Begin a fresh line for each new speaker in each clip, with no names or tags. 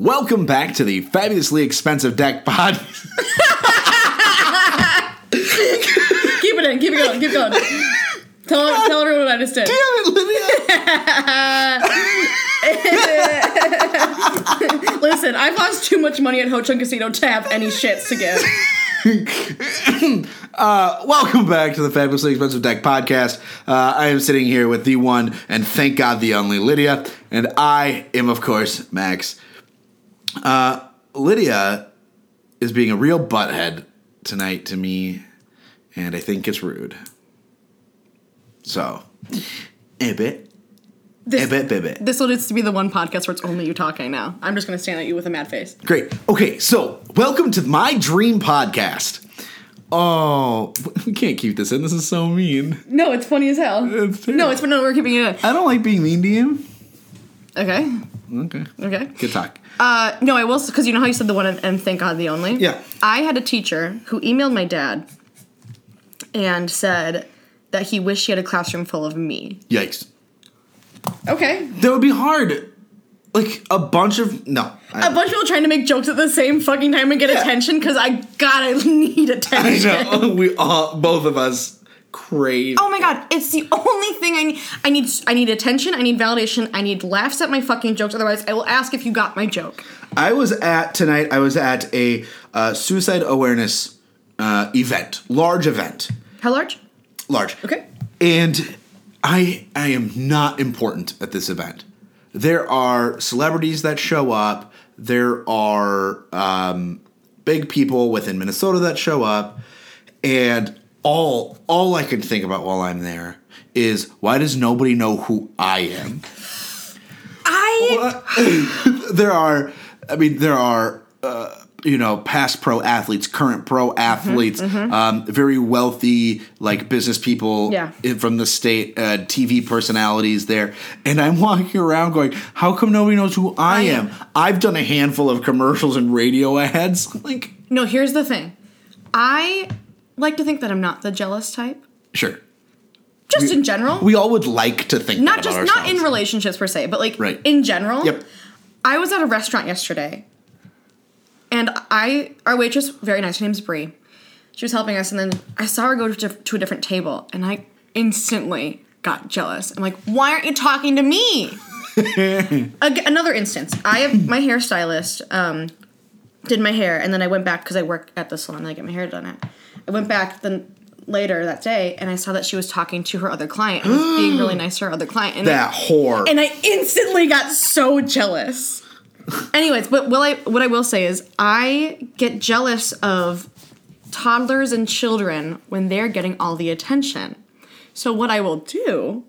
Welcome back to the fabulously expensive deck pod.
Keep it in. Keep it going. Keep going. Tell, tell everyone about this day.
Damn it, Lydia!
Listen, I've lost too much money at Ho Chunk Casino to have any shits to give.
Uh, welcome back to the fabulously expensive deck podcast. Uh, I am sitting here with the one and thank God the only Lydia, and I am of course Max. Uh, Lydia is being a real butthead tonight to me, and I think it's rude. So, a bit, a
This,
bit, a bit.
this will just be the one podcast where it's only you talking now. I'm just going to stand at you with a mad face.
Great. Okay, so welcome to my dream podcast. Oh, we can't keep this in. This is so mean.
No, it's funny as hell.
It's terrible.
no, it's no, we're keeping it in.
I don't like being mean to you.
Okay.
Okay.
Okay.
Good talk.
Uh, no, I will, because you know how you said the one and, and thank God the only?
Yeah.
I had a teacher who emailed my dad and said that he wished he had a classroom full of me.
Yikes.
Okay.
That would be hard. Like a bunch of no. I-
A bunch of people trying to make jokes at the same fucking time and get attention because I gotta need
I
attention.
know. We all, both of us, crave.
Oh my god, it's the only thing I need. I need I need attention, I need validation, I need laughs at my fucking jokes, otherwise I will ask if you got my joke.
I was at tonight. I was at a uh, suicide awareness uh, event, large event,
How large?
large.
Okay.
And I I am not important at this event. There are celebrities that show up. There are um, big people within Minnesota that show up, and all all I can think about while I'm there is why does nobody know who I am?
I
uh, there are i mean there are uh, you know past pro athletes current pro athletes
Mm-hmm,
um, very wealthy like business people
Yeah.
in- from the state uh, tv personalities there and i'm walking around going how come nobody knows who i,
I
am?
am.
i've done a handful of commercials and radio ads like
No, here's the thing. I like to think that I'm not the jealous type.
sure
Just in general.
we all would like to think
not
that about
just not in
ourselves.
relationships per se, but like
Right.
in general.
yep
I was at a restaurant yesterday, and I our waitress very nice. Her name's Bree. She was helping us, and then I saw her go to, to a different table, and I instantly got jealous. I'm like, why aren't you talking to me? Ag- another instance. I have my hairstylist um, did my hair, and then I went back because I work at the salon. And I get my hair done at. I went back then later that day, and I saw that she was talking to her other client and was being really nice to her other client. And I-
that whore
and I instantly got so jealous. Anyways, but will I what I will say is I get jealous of toddlers and children when they're getting all the attention. So what I will do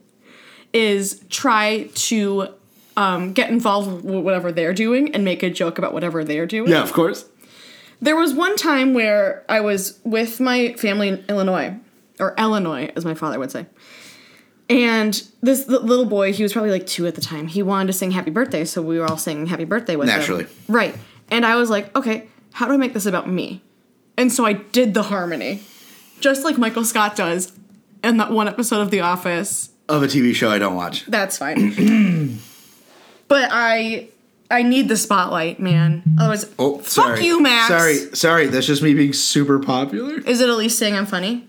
is try to um, get involved with whatever they're doing and make a joke about whatever they're doing.
yeah of course
There was one time where I was with my family in Illinois, or Illinois, as my father would say. And this li- little boy, he was probably like two at the time. He wanted to sing "Happy Birthday," so we were all singing "Happy Birthday" with him.
Naturally.
right? And I was like, "Okay, how do I make this about me?" And so I did the harmony, just like Michael Scott does in that one episode of The Office.
of a tv show i don't watch
That's fine. but I, I need the spotlight, man. Otherwise,
Oh,
fuck
sorry.
you, Max.
Sorry, sorry. That's just me being super popular.
Is it Elise saying I'm funny?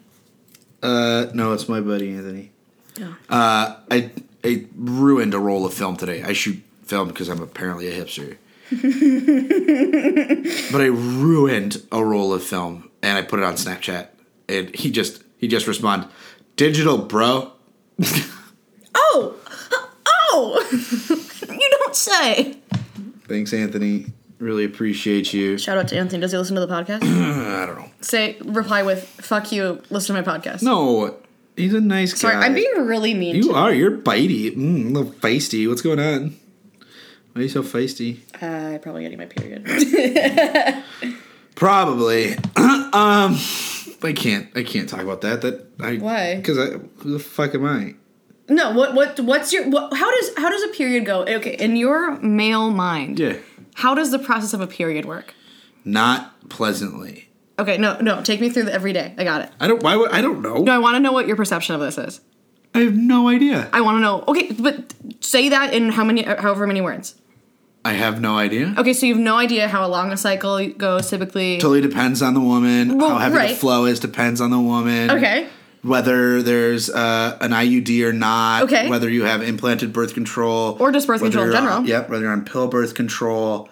Uh, no, it's my buddy Anthony.
Yeah.
Uh, I I ruined a roll of film today. I shoot film because I'm apparently a hipster. but I ruined a roll of film and I put it on Snapchat and he just he just responded, "Digital, bro."
Oh! Oh! you don't say!
Thanks, Anthony. Really appreciate you.
Shout out to Anthony. Does he listen to the podcast?
Uh, I don't know.
say, reply with, fuck you, listen to my podcast.
No, he's a nice
Sorry,
guy.
I'm being really mean.
You are. You're bitey. Mm, a little feisty. What's going on? Why are you so feisty?
to- I uh, probably getting my period.
Probably. um, I can't. I can't talk about that. That I.
Why?
Because I. Who the fuck am I?
no, what, what, what's your, what, how does, how does a period go? Okay, in your male mind,
Yeah.
how does the process of a period work?
Not pleasantly.
Okay, no, no, take me through the every day. I got it.
I don't. Why would I don't know.
No, I want to know what your perception of this is.
I have no idea.
I want to know. Okay, but say that in how many, however many words.
I have no idea.
Okay, so you have no idea how long a cycle goes typically.
Totally depends on the woman.
Well,
how heavy the
right.
flow is depends on the woman.
Okay.
Whether there's uh, an IUD or not.
Okay.
Whether you have implanted birth control.
Or just birth
whether
control in
you're on-
general.
yep. Whether you're on pill birth control.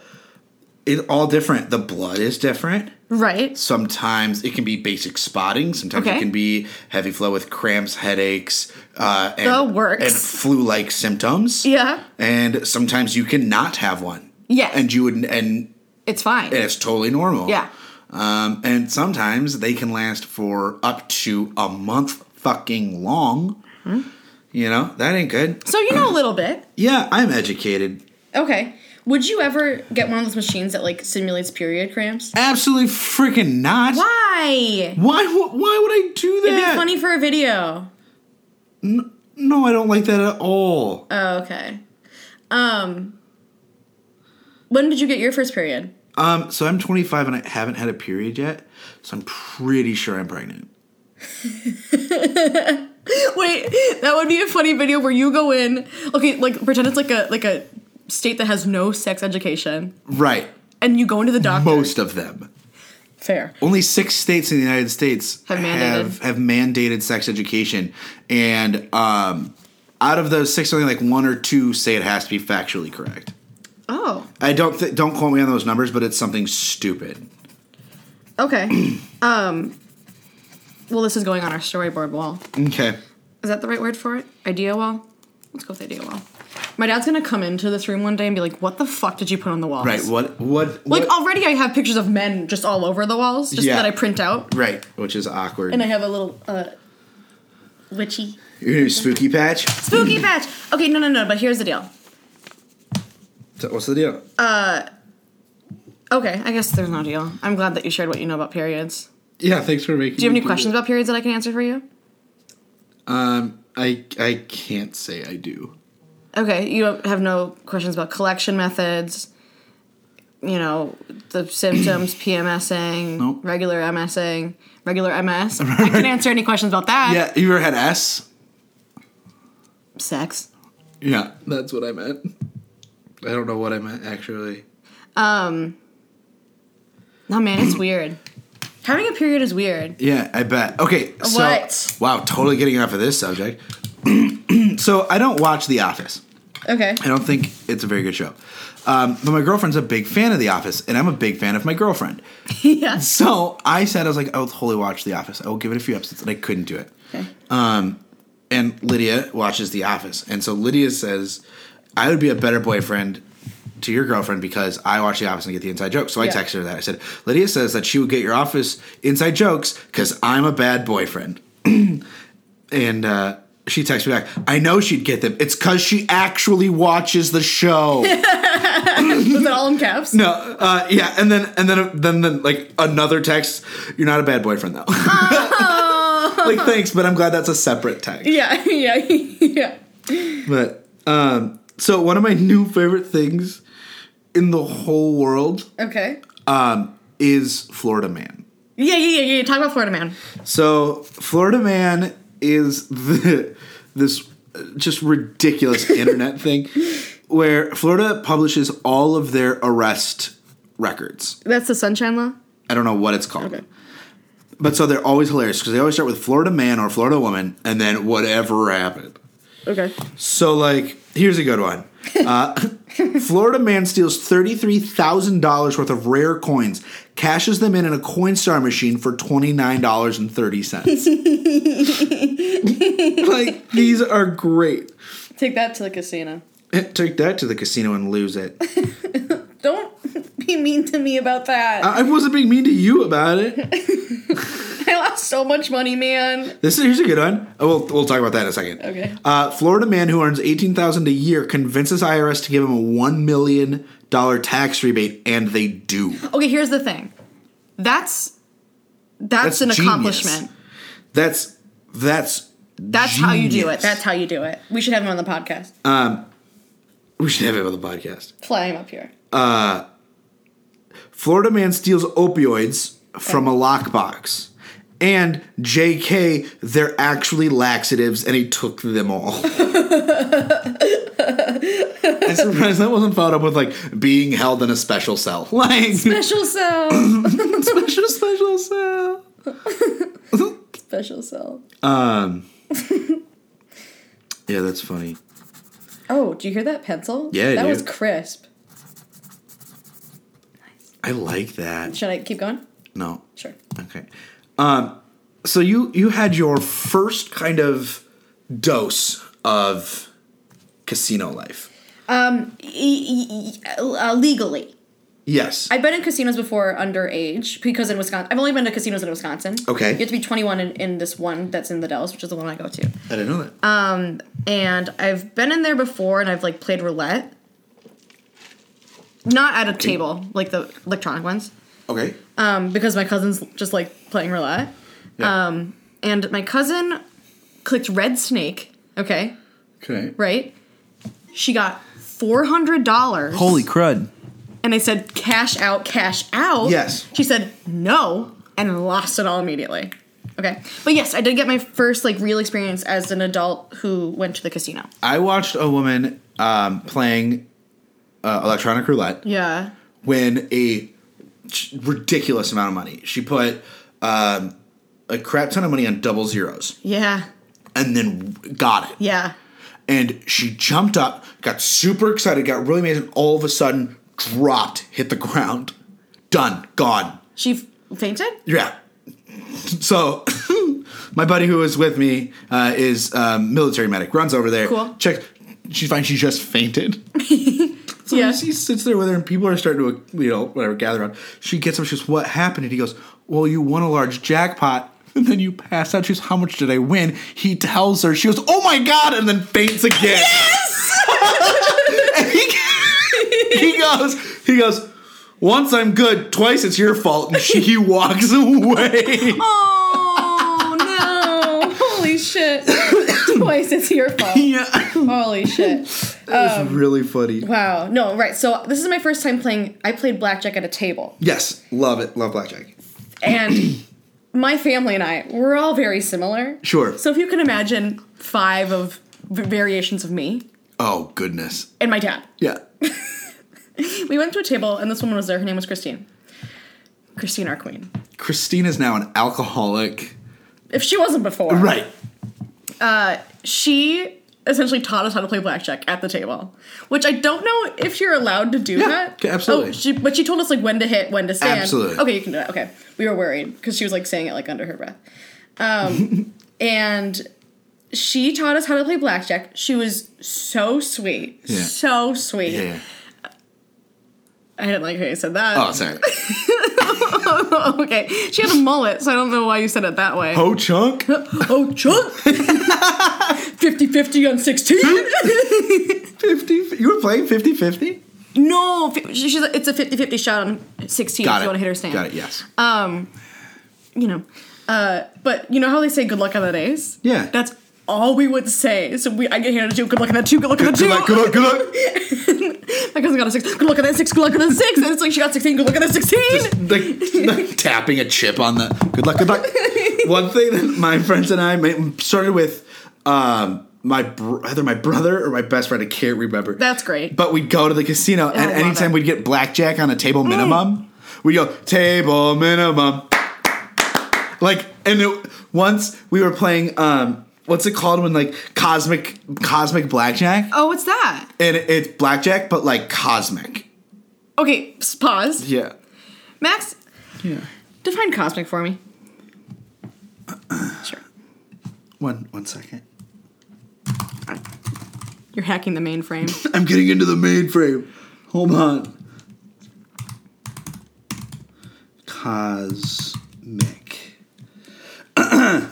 It's all different. The blood is different.
Right.
Sometimes it can be basic spotting. Sometimes it
Okay.
can be heavy flow with cramps, headaches, uh, and,
The works.
and flu-like symptoms.
Yeah.
And sometimes you cannot have one.
Yes.
And you would and
It's fine.
it's totally normal.
Yeah.
Um, and sometimes they can last for up to a month fucking long.
Hmm?
You know, that ain't good.
So you know a little bit.
Yeah, I'm educated.
Okay. Would you ever get one of those machines that like simulates period cramps?
Absolutely freaking not.
Why?
Why, wo- why would I do that?
It'd be funny for a video.
No, I don't like that at all.
Oh, okay. Um When did you get your first period?
Um, so I'm 25 and I haven't had a period yet, so I'm pretty sure I'm pregnant.
Wait, that would be a funny video where you go in, okay, like pretend it's like a like a state that has no sex education
Right.
and you go into the doctor.
Most of them.
Fair.
Only six states in the United States
Have mandated.
have, have mandated sex education, and um, out of those six, only like one or two say it has to be factually correct.
Oh.
I don't th- don't quote me on those numbers, but it's something stupid.
Okay. um Well, this is going on our storyboard wall.
Okay,
Is that the right word for it? Idea wall? Let's go with idea wall. My dad's gonna come into this room one day and be like, what the fuck did you put on the walls?
right? What what,
Like
what-
already I have pictures of men just all over the walls, just
Yeah.
that I print out.
right? Which is awkward.
And I have a little uh witchy
You're gonna do spooky patch.
spooky patch. Okay, no no no, but here's the deal.
So what's the deal?
Uh, Okay, I guess there's no deal. I'm glad that you shared what you know about periods.
yeah, thanks for making.
Do you have any questions about periods that I can answer for you?
Um, I I can't say I do.
Okay, you don't have no questions about collection methods, you know, the symptoms, PMSing,
Nope.
regular MSing, regular MS. I can answer any questions about that.
Yeah, you ever had S?
Sex.
Yeah, that's what I meant. I don't know what I meant actually.
Um, no, man, it's weird. Having a period is weird.
Yeah, I bet. Okay, so
What?
wow, totally getting off of this subject. so I don't watch The Office.
Okay.
I don't think it's a very good show. Um, but my girlfriend's a big fan of The Office, and I'm a big fan of my girlfriend.
yeah.
So I said, I was like, I will totally watch The Office. I will give it a few episodes, and I couldn't do it.
Okay.
um, And Lydia watches The Office, and so Lydia says, I would be a better boyfriend to your girlfriend because I watch The Office and get the inside joke. So I
Yeah.
texted her that. I said, Lydia says that she would get your Office inside jokes because I'm a bad boyfriend. and uh, she texted me back, I know she'd get them. It's because she actually watches the show.
Was it all in caps?
No, uh, yeah, and then and then then then like another text. You're not a bad boyfriend though. like thanks, but I'm glad that's a separate text.
Yeah, yeah, yeah.
But um, so one of my new favorite things in the whole world
Okay.
um, is Florida Man.
Yeah, yeah, yeah, yeah. Talk about Florida Man.
So Florida Man is the, this just ridiculous internet thing where Florida publishes all of their arrest records.
That's the Sunshine Law?
I don't know what it's called. But so they're always hilarious because they always start with Florida man or Florida woman and then whatever happened.
Okay.
So, like, here's a good one uh, Florida man steals $33,000 worth of rare coins, cashes them in in a Coinstar machine for $29.30. like, these are great.
Take that to the casino.
Take that to the casino and lose it.
Don't be mean to me about that.
I I wasn't being mean to you about it.
I lost so much money, man.
This is here's a good one. Oh, we'll we'll talk about that in a second.
Okay.
Uh, Florida man who earns eighteen thousand a year convinces IRS to give him a one million dollar tax rebate, and they do.
Okay, here's the thing. That's
That's
that's, an
genius.
accomplishment.
That's that's
That's how you do it.
Genius. Uh,
That's how you do it. We should have him on the podcast.
we should have it on the podcast.
Fly him up here.
Florida man steals opioids from a lockbox, and J.K. They're actually laxatives, and he took them all. I'm surprised that wasn't followed up with like being held in a special cell. Like
Special cell.
special special cell.
Special cell.
Um Yeah, that's funny.
Oh, do you hear that pencil?
Yeah, I
That
do.
was crisp.
I like that.
Should I keep going?
No.
Sure.
Okay. Um so you you had your first kind of dose of casino life.
Um, E- e- e- uh, legally.
Yes.
I've been in casinos before underage because in Wisconsin, I've only been to casinos in Wisconsin.
Okay.
You have to be 21 in, in this one that's in the Dells, which is the one I go to.
I didn't know that.
Um, And I've been in there before and I've like played roulette. Not at a table, like the electronic ones,
okay.
um, because my cousin's just like playing roulette.
Yeah.
Um, and my cousin clicked Red Snake, okay,
okay.
right? She got $400.
Holy crud.
and I said cash out, cash out.
Yes.
She said no and lost it all immediately. Okay. But yes, I did get my first like real experience as an adult who went to the casino.
I watched a woman um, playing uh, electronic roulette
Yeah.
win a ch- ridiculous amount of money. She put um, a crap ton of money on double zeros
Yeah.
and then got it.
Yeah.
And she jumped up, got super excited, got really amazing. All of a sudden, dropped, hit the ground, done, gone.
She f- fainted?
Yeah. So my buddy who was with me uh, is um, military medic. Runs over there.
Cool.
Checks. She finds she just fainted. so
Yeah.
he sits there with her, and people are starting to you know whatever gather around. She gets up. She goes, "What happened?" And he goes, "Well, you won a large jackpot." And then you pass out. She goes, "How much did I win?" He tells her. She goes, "Oh my god!" And then faints again. And he, he goes, he goes, once I'm good, twice it's your fault. And she, he walks away.
Oh no. Holy shit. Twice it's your fault.
yeah.
Holy shit.
That
Um,
was really funny.
Wow. No, right. So this is my first time playing I played blackjack at a table.
Yes, love it. Love blackjack.
And my family and I, we're all very similar.
Sure.
So if you can imagine five of v- variations of me
oh, goodness.
and my dad.
Yeah.
We went to a table and this woman was there. Her name was Christine. Christine, our queen.
Christina's now an alcoholic.
If she wasn't before,
Right.
she essentially taught us how to play blackjack at the table, which I don't know if you're allowed to do
Yeah,
that.
okay, absolutely.
Oh, she, but she told us like when to hit, when to stand.
Absolutely.
Okay, you can do that. Okay, we were worried because she was like saying it like under her breath, um, and she taught us how to play blackjack. She was so sweet,
Yeah.
so sweet.
Yeah.
I didn't like how you said that.
Oh, sorry.
okay, she had a mullet, so I don't know why you said it that way.
Ho Chunk?
Oh, chunk! 50 50 on 16?
50. You were playing 50 50?
no, fi- she- she's like, it's a 50 50 shot on 16 if you want to hit her stand. Uh, Um,
Got it, yes.
You know. Uh, but you know how they say good luck on that ace?
Yeah.
That's all we would say. So we, I get handed a two, good luck on that two, good luck on that two.
good luck, good luck, good luck.
My cousin got a six, good luck on that six, good luck on that six. And it's like she got 16, good luck on that 16.
like, like tapping a chip on the good luck, good luck. One thing that my friends and I ma- started with um, my br- either my brother or my best friend, I can't remember.
That's great.
But we'd go to the casino, and
I love
anytime
it. Mm.
we'd get blackjack on a table minimum, we'd go table minimum. Like, and it, once we were playing, um, what's it called when like cosmic cosmic blackjack,
oh, what's that?
and it, it's blackjack but like cosmic.
Okay, s- pause.
Yeah.
Max,
Yeah.
define cosmic for me. Sure.
One one second.
You're hacking the mainframe.
I'm getting into the mainframe. Hold on. Cosmic.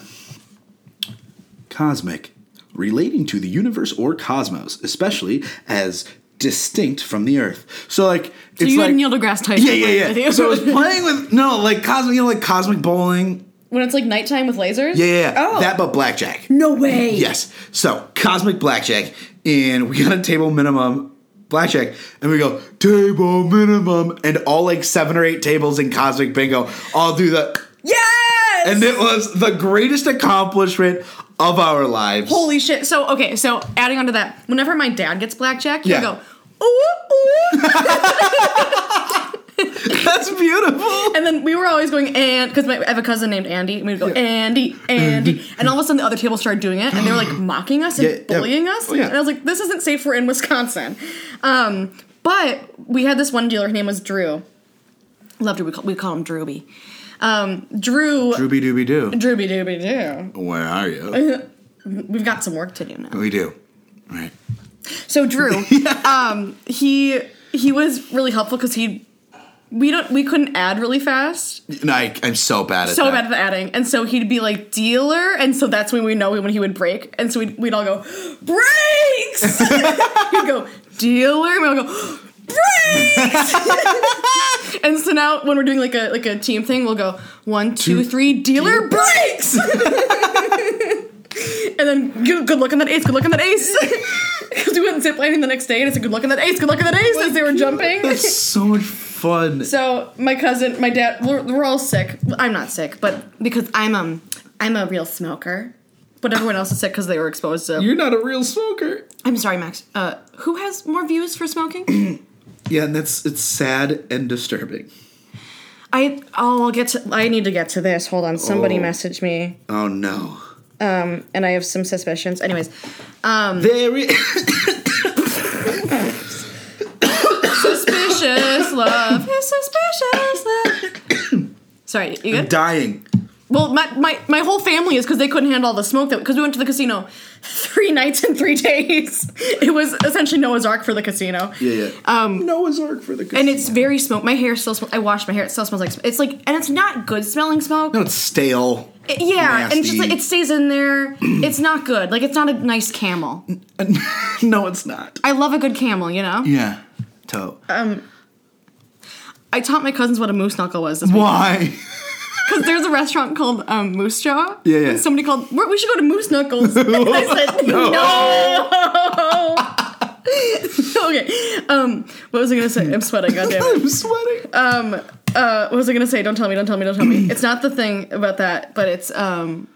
Cosmic. Relating to the universe or cosmos, especially as distinct from the Earth. So, like,
So
it's
you
like.
had Neil deGrasse Tyson.
yeah, yeah,
with
yeah.
you.
So I was playing with no, like cosmic, you know, like cosmic bowling.
when it's like nighttime with lasers.
Yeah, yeah, yeah.
Oh,
that, but blackjack.
no way.
Yes. So cosmic blackjack, and we got a table minimum blackjack, and we go table minimum, and all like seven or eight tables in cosmic bingo all do the,
Yes.
and it was the greatest accomplishment of our lives.
Holy shit. So okay. So adding on to that, whenever my dad gets blackjack, he'll
Yeah.
go, ooh, ooh.
That's beautiful.
And then we were always going, and because I have a cousin named Andy, and we'd go, Andy, Andy. and all of a sudden the other table started doing it, and they were like mocking us and
Mm-hmm. Yeah, yeah.
bullying us.
Oh, yeah.
And I was like, this isn't safe, we're in Wisconsin. Um, but we had this one dealer, her name was Drew. Love Drew, we call, we call him Drewby. Um, Drew,
Drooby dooby doo.
Drewby Dooby Doo.
Where are you?
We've got some work to do now.
We do. Right.
So Drew, um, he he was really helpful because he we don't we couldn't add really fast,
And I, I'm so bad at
so
that.
bad at the adding, and so he'd be like dealer, and so that's when we know when he would break, and so we'd, we'd all go breaks. he'd go dealer, and we all go breaks. and so now when we're doing like a like a team thing, we'll go one two three dealer breaks. And then good, good luck on that ace. Good luck on that ace. Because we went ziplining the next day, and it's a good luck on that ace. Good luck on that ace as they were jumping.
That's so much fun.
So my cousin, my dad, we're, we're all sick. I'm not sick, but because I'm um I'm a real smoker, but everyone else is sick because they were exposed to.
You're not a real smoker.
I'm sorry, Max. Uh, who has more views for smoking?
Yeah, and that's it's sad and disturbing.
I oh, I'll get to. I need to get to this. Hold on. Somebody
Oh.
messaged me,
Oh no.
and I have some suspicions. Anyways, Um,
There it
suspicious love is suspicious love. Sorry, you good?
dying.
Well, my, my, my whole family is because they couldn't handle all the smoke that because we went to the casino three nights and three days. It was essentially Noah's Ark for the casino.
Yeah, yeah. Um Noah's Ark for the
And it's very smoke. My hair still smells. I washed my hair. It still smells like sm- it's like, and it's not good smelling smoke.
it's stale.
It- yeah, and it's just like
nasty.
it stays in there. it's not good. Like it's not a nice camel.
no, it's not.
I love a good camel. You know.
Yeah. Toe.
I taught my cousins what a moose knuckle was this
Why?
Because there's a restaurant called um, Moose Jaw.
Yeah, yeah.
And somebody called, "We're- we should go to Moose Knuckles. and I said, no. okay. Um, what was I going to say? I'm sweating, goddamn.
I'm sweating.
Uh, what was I going to say? Don't tell me, don't tell me, don't tell me. It's not the thing about that, but it's, um,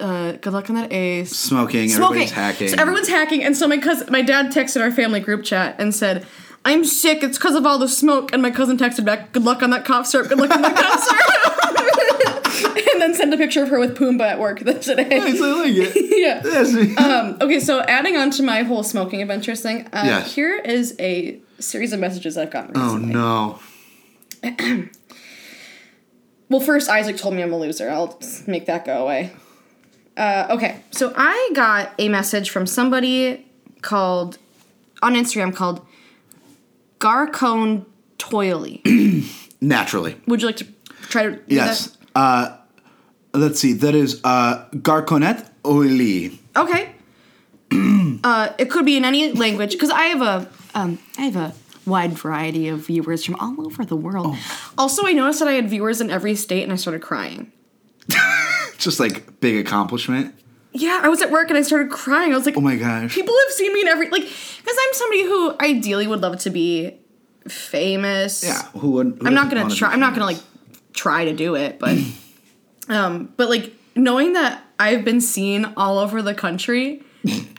uh, good luck on that ace.
Smoking,
Smoking.
everybody's hacking.
So everyone's hacking. And so my cousin, my dad texted our family group chat and said, I'm sick. It's because of all the smoke. And my cousin texted back, good luck on that cough syrup. Good luck on that cough syrup. and then sent a picture of her with Pumbaa at work the
I
today.
like it.
yeah.
That's-
Um, okay, so adding on to my whole smoking adventures thing, uh,
Yes.
here is a series of messages I've gotten
oh
recently.
no.
Well, first, Isaac told me I'm a loser. I'll s- make that go away. Uh, okay, so I got a message from somebody called on Instagram called Garcone Toily.
Naturally.
Would you like to try to? do
Yes. Uh let's see. That is uh Garconet Oily.
that? Okay. uh, it could be in any language because I have a um, I have a wide variety of viewers from all over the world.
Oh.
Also, I noticed that I had viewers in every state, and I started crying.
Just like big accomplishment.
Yeah, I was at work and I started crying. I was like,
Oh my gosh.
people have seen me in every like because i'm somebody who ideally would love to be famous
Yeah. Who wouldn't who
i'm not
doesn't
gonna
wanna be
try i'm not gonna
famous?
like try to do it but um but like knowing that i've been seen all over the country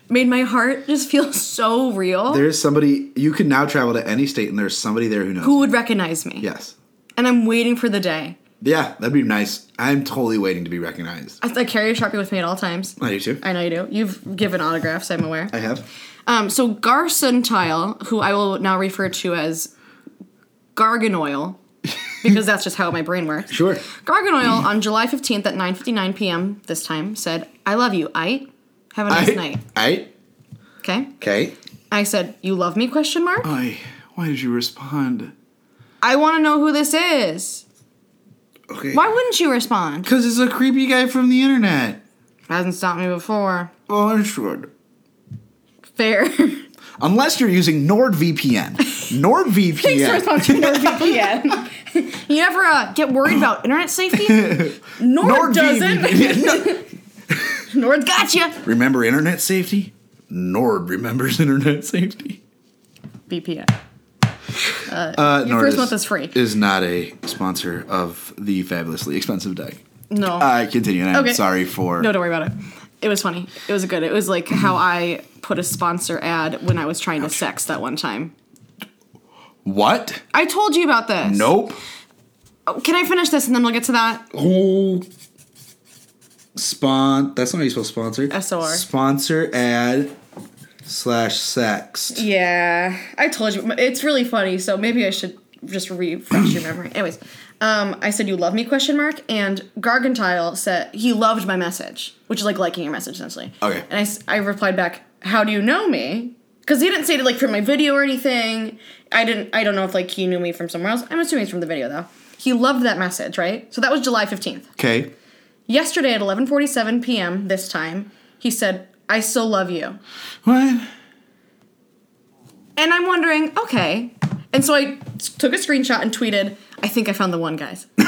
made my heart just feel so real
There's somebody you can now travel to any state, and there's somebody there who knows.
who would recognize me
Yes.
and i'm waiting for the day
Yeah, that'd be nice. I'm totally waiting to be recognized.
i, I carry a sharpie with me at all times
I do too.
i know you do you've given autographs i'm aware
I have.
Um, so Garsentile, who I will now refer to as Garganoil, because that's just how my brain works.
Sure.
Garganoil on July 15th at 9.59 p.m. this time said, I love you, I. Have a nice
I,
night.
I.
Okay.
Okay.
I said, you love me, question mark?
I. Why did you respond?
I want to know who this is.
Okay.
Why wouldn't you respond?
Because it's a creepy guy from the internet.
Hasn't stopped me before.
Oh, I'm sure.
Fair.
Unless you're using NordVPN. NordVPN.
to NordVPN. you ever uh, get worried about internet safety? Nord, doesn't.
NordVPN. No.
Nord's got you.
Remember internet safety? Nord remembers internet safety.
VPN.
Uh, Nord
first
is,
month is free.
Is not a sponsor of the fabulously expensive deck.
No.
Uh, continue. and I'm
Okay.
sorry for
No, don't worry about it. It was funny. It was good. It was like how I put a sponsor ad when I was trying to sex that one time.
What?
I told you about this.
Nope.
Oh, Can I finish this and then we'll get to that?
Oh. Spon. That's not how you spell sponsor.
SOR.
Sponsor ad slash sexed.
Yeah, I told you it's really funny. So maybe I should just refresh your memory. Anyways, um, I said you love me question mark, and Gargantile said he loved my message, which is like liking your message essentially.
Okay.
And I s- I, replied back, how do you know me? Because he didn't say it like from my video or anything. I didn't. I don't know if like he knew me from somewhere else. I'm assuming it's from the video though. He loved that message, right? So that was July 15th.
Okay.
Yesterday at 11:47 p.m. this time, he said, "I still love you."
What?
And I'm wondering, okay. And so I s- took a screenshot and tweeted, I think I found the one, guys. um,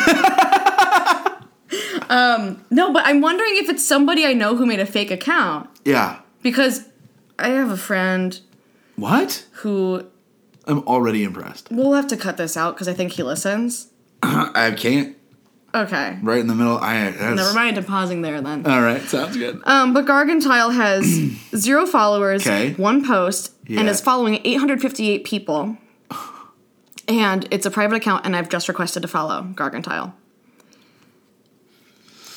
no, but I'm wondering if it's somebody I know who made a fake account
Yeah.
because I have a friend
What?
who
I'm already impressed.
we'll have to cut this out because I think he listens.
I can't.
Okay.
Right in the middle. I. That's,
Never mind, I'm pausing there then.
All right. Sounds good.
Um, but Gargantile has zero followers,
Okay.
one post, and
Yeah.
is following 858 people. And it's a private account, and I've just requested to follow Gargantile.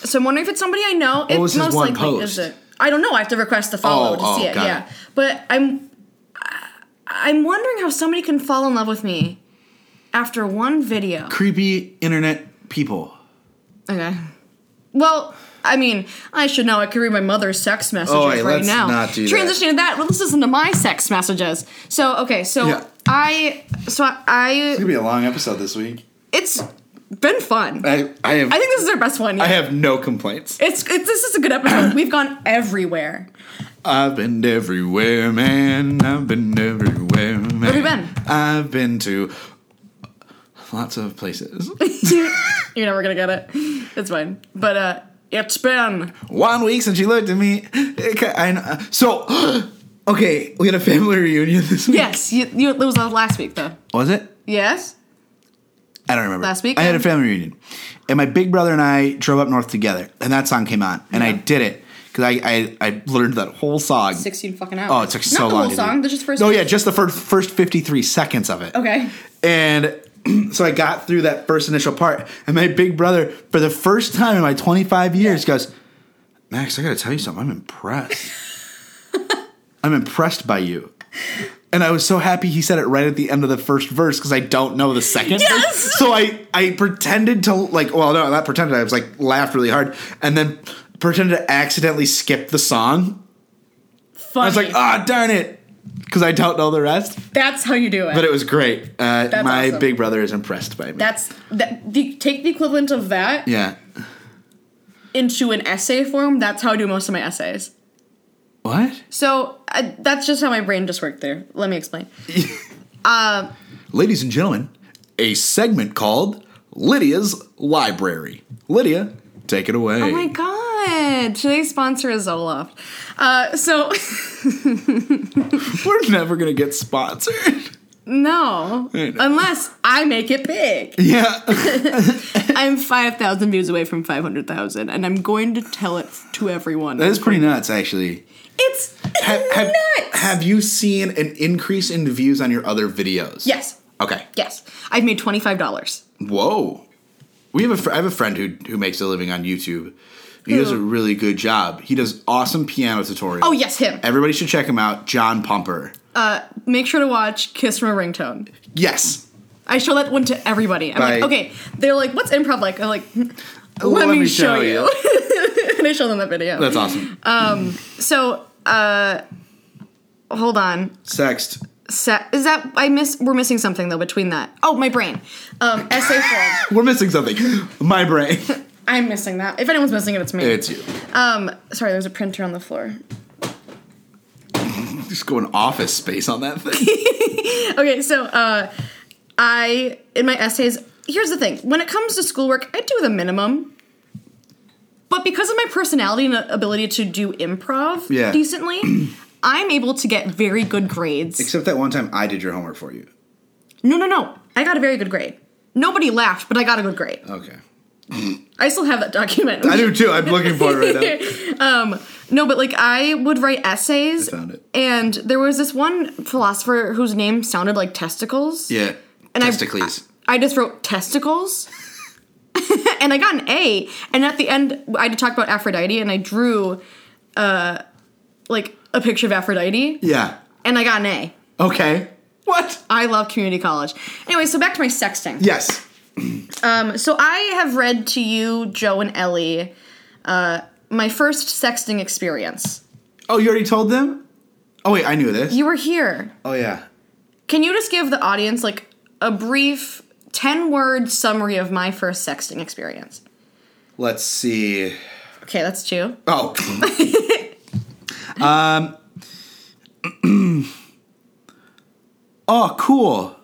So I'm wondering if it's somebody I know. It
was his one
is
post?
it. I don't know. I have to request the
Oh,
follow to
oh,
see it.
got
Yeah,
it.
but I'm I- I'm wondering how somebody can fall in love with me after one video.
Creepy internet people.
Okay. Well, I mean, I should know. I could read my mother's sex messages
Oh, hey,
right
let's
now.
not do that.
Transitioning to that. Well, let's listen to my sex messages. So, okay, so
Yeah.
I, so I,
gonna be a long episode this week.
it's been fun. I
I. I have.
think this is our best one.
Uh, I
Yet.
have no complaints.
It's, it's this is a good episode. We've gone everywhere.
I've been everywhere, man. I've been everywhere, man. Where
have you been?
I've been to lots of places.
You're never gonna get it. It's fine. But uh, it's been
One week since she looked at me. Okay, I know. So, okay, we had a family reunion this week.
yes. You, you it was uh, last week though.
Was it?
Yes.
I don't remember.
Last week?
I had a family reunion. And my big brother and I drove up north together. And that song came on. And I did it. Because I, I, I learned that whole song.
Sixteen fucking hours.
Oh, it took
Not
so long.
the
to
Whole
do.
song. That's just first.
No, yeah, just the first first fifty three seconds of it.
Okay.
And so I got through that first initial part, and my big brother, for the first time in my twenty five years, goes, "Max, I got to tell you something. I'm impressed. I'm impressed by you." And I was so happy he said it right at the end of the first verse because I don't know the second. verse.
Yes!
So I I pretended to like well no not pretended I was like laughed really hard and then pretended to accidentally skip the song.
Funny.
I was like ah darn it because I don't know the rest.
That's how you do it.
But it was great. Uh, my
awesome.
big brother is impressed by me.
That's that. The, take the equivalent of that
yeah.
into an essay form. That's how I do most of my essays.
What?
So uh, that's just how my brain just worked there. Let me explain.
Ladies and gentlemen, a segment called Lydia's Library. Lydia, take it away.
Oh my god! Today's sponsor is Zoloft. Uh, so
We're never gonna get sponsored.
no,
I know.
unless I make it big,
Yeah.
I'm five thousand views away from five hundred thousand, and I'm going to tell it to everyone.
that is pretty nuts, actually.
it's
Ha- have,
nuts.
have you seen an increase in views on your other videos?
yes,
Okay.
yes, I've made twenty five dollars.
Whoa. We have a fr- I have a friend who who makes a living on YouTube. He does a
Who?
really good job. He does awesome piano tutorials.
Oh yes, him. Uh,
Everybody should check him out, John Pumper.
Make sure to watch Kiss from a Ringtone.
Yes.
I show that one to everybody. I'm like,
Bye.
okay. They're like, what's improv like? I'm like, let, me, show, you. and I show them that video.
That's awesome.
so, uh, hold on.
Sexed.
Se- is that I miss? We're missing something though between that. Oh, my brain. Um, essay form.
We're missing something. My brain.
I'm missing that. If anyone's missing it, it's me.
it's you.
um, sorry, there's a printer on the floor.
Just go in office space on that thing.
Okay, so uh, I in my essays. Here's the thing: when it comes to schoolwork, I do the minimum. But because of my personality and ability to do improv
Yeah.
decently, I'm able to get very good grades.
Except that one time I did your homework for you.
no, no, no! I got a very good grade. Nobody laughed, but I got a good grade.
Okay.
I still have that document. Um,
I do too. I'm looking for it right now.
No, but like I would write essays.
I found it.
And there was this one philosopher whose name sounded like testicles.
Yeah.
And I-
Testicles.
I just wrote testicles. and I got an A. And at the end, I talked about Aphrodite and I drew uh, like a picture of Aphrodite
yeah.
and I got an A.
Okay. What?
I love community college. Anyway, so back to my sexting.
Yes.
Um, so I have read to you, Joe and Ellie, uh, my first sexting experience.
Oh, you already told them? Oh wait, I knew this.
You were here.
oh yeah.
Can you just give the audience like a brief 10 word summary of my first sexting experience?
Let's see.
Okay, that's two.
Oh. um Oh, cool.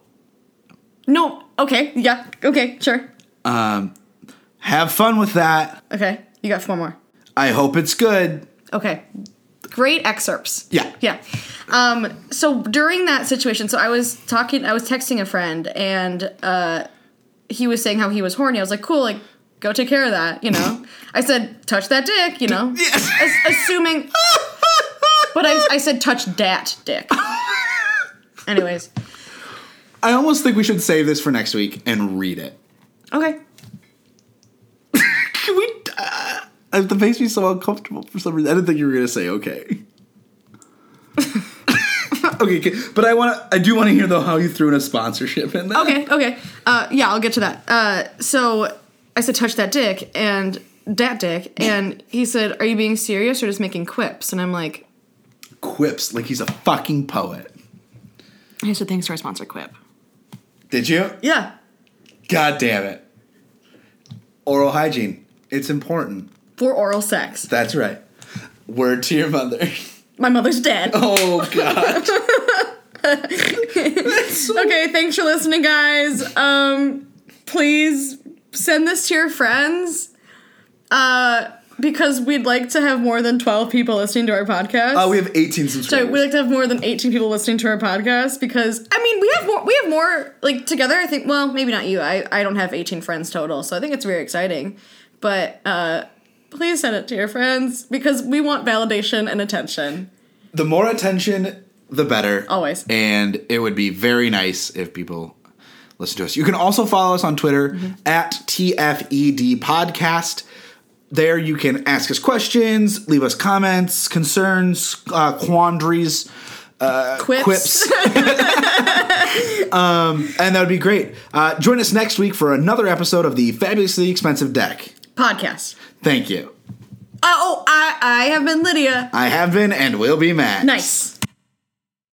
No, okay, yeah, okay, sure.
Have fun with that.
Okay, you got four more.
I hope it's good.
Okay, great excerpts.
Yeah.
Yeah. Um, so during that situation, so I was talking, I was texting a friend, and uh, he was saying how he was horny. I was like, cool, like, go take care of that, you know? I said, touch that dick, you know? As- assuming. But I, I said, touch dat dick. Anyways.
I almost think we should save this for next week and read it.
Okay.
Can we? Uh, that makes me so uncomfortable for some reason. I didn't think you were gonna say okay. okay, okay, but I want to. I do want to hear though how you threw in a sponsorship in there.
Okay, okay. Uh, yeah, I'll get to that. Uh, so I said, touch that dick, and dat dick, and he said, are you being serious or just making quips? And I'm like,
Quips like he's a fucking poet.
I said, thanks to our sponsor, Quip.
Did you?
Yeah.
God damn it. Oral hygiene. It's important.
For oral sex.
That's right. Word to your mother.
My mother's dead.
Oh God.
Okay, thanks for listening, guys. Um, please send this to your friends. Uh, because we'd like to have more than 12 people listening to our podcast.
Uh, we have 18
So
subscribers.
we'd like to have more than 18 people listening to our podcast because I mean we have more we have more like together I think well maybe not you I I don't have 18 friends total so I think it's very exciting but uh please send it to your friends because we want validation and attention
the more attention, the better.
Always.
And it would be very nice if people listen to us. You can also follow us on Twitter
Mm-hmm.
at TFED Podcast. There you can ask us questions, leave us comments, concerns, uh, quandaries,
quips,
quips. um, and that would be great. Uh, join us next week for another episode of the Fabulously Expensive Deck.
podcast Uh,
Thank you.
oh I I have been Lydia
I have been and will be Matt.
nice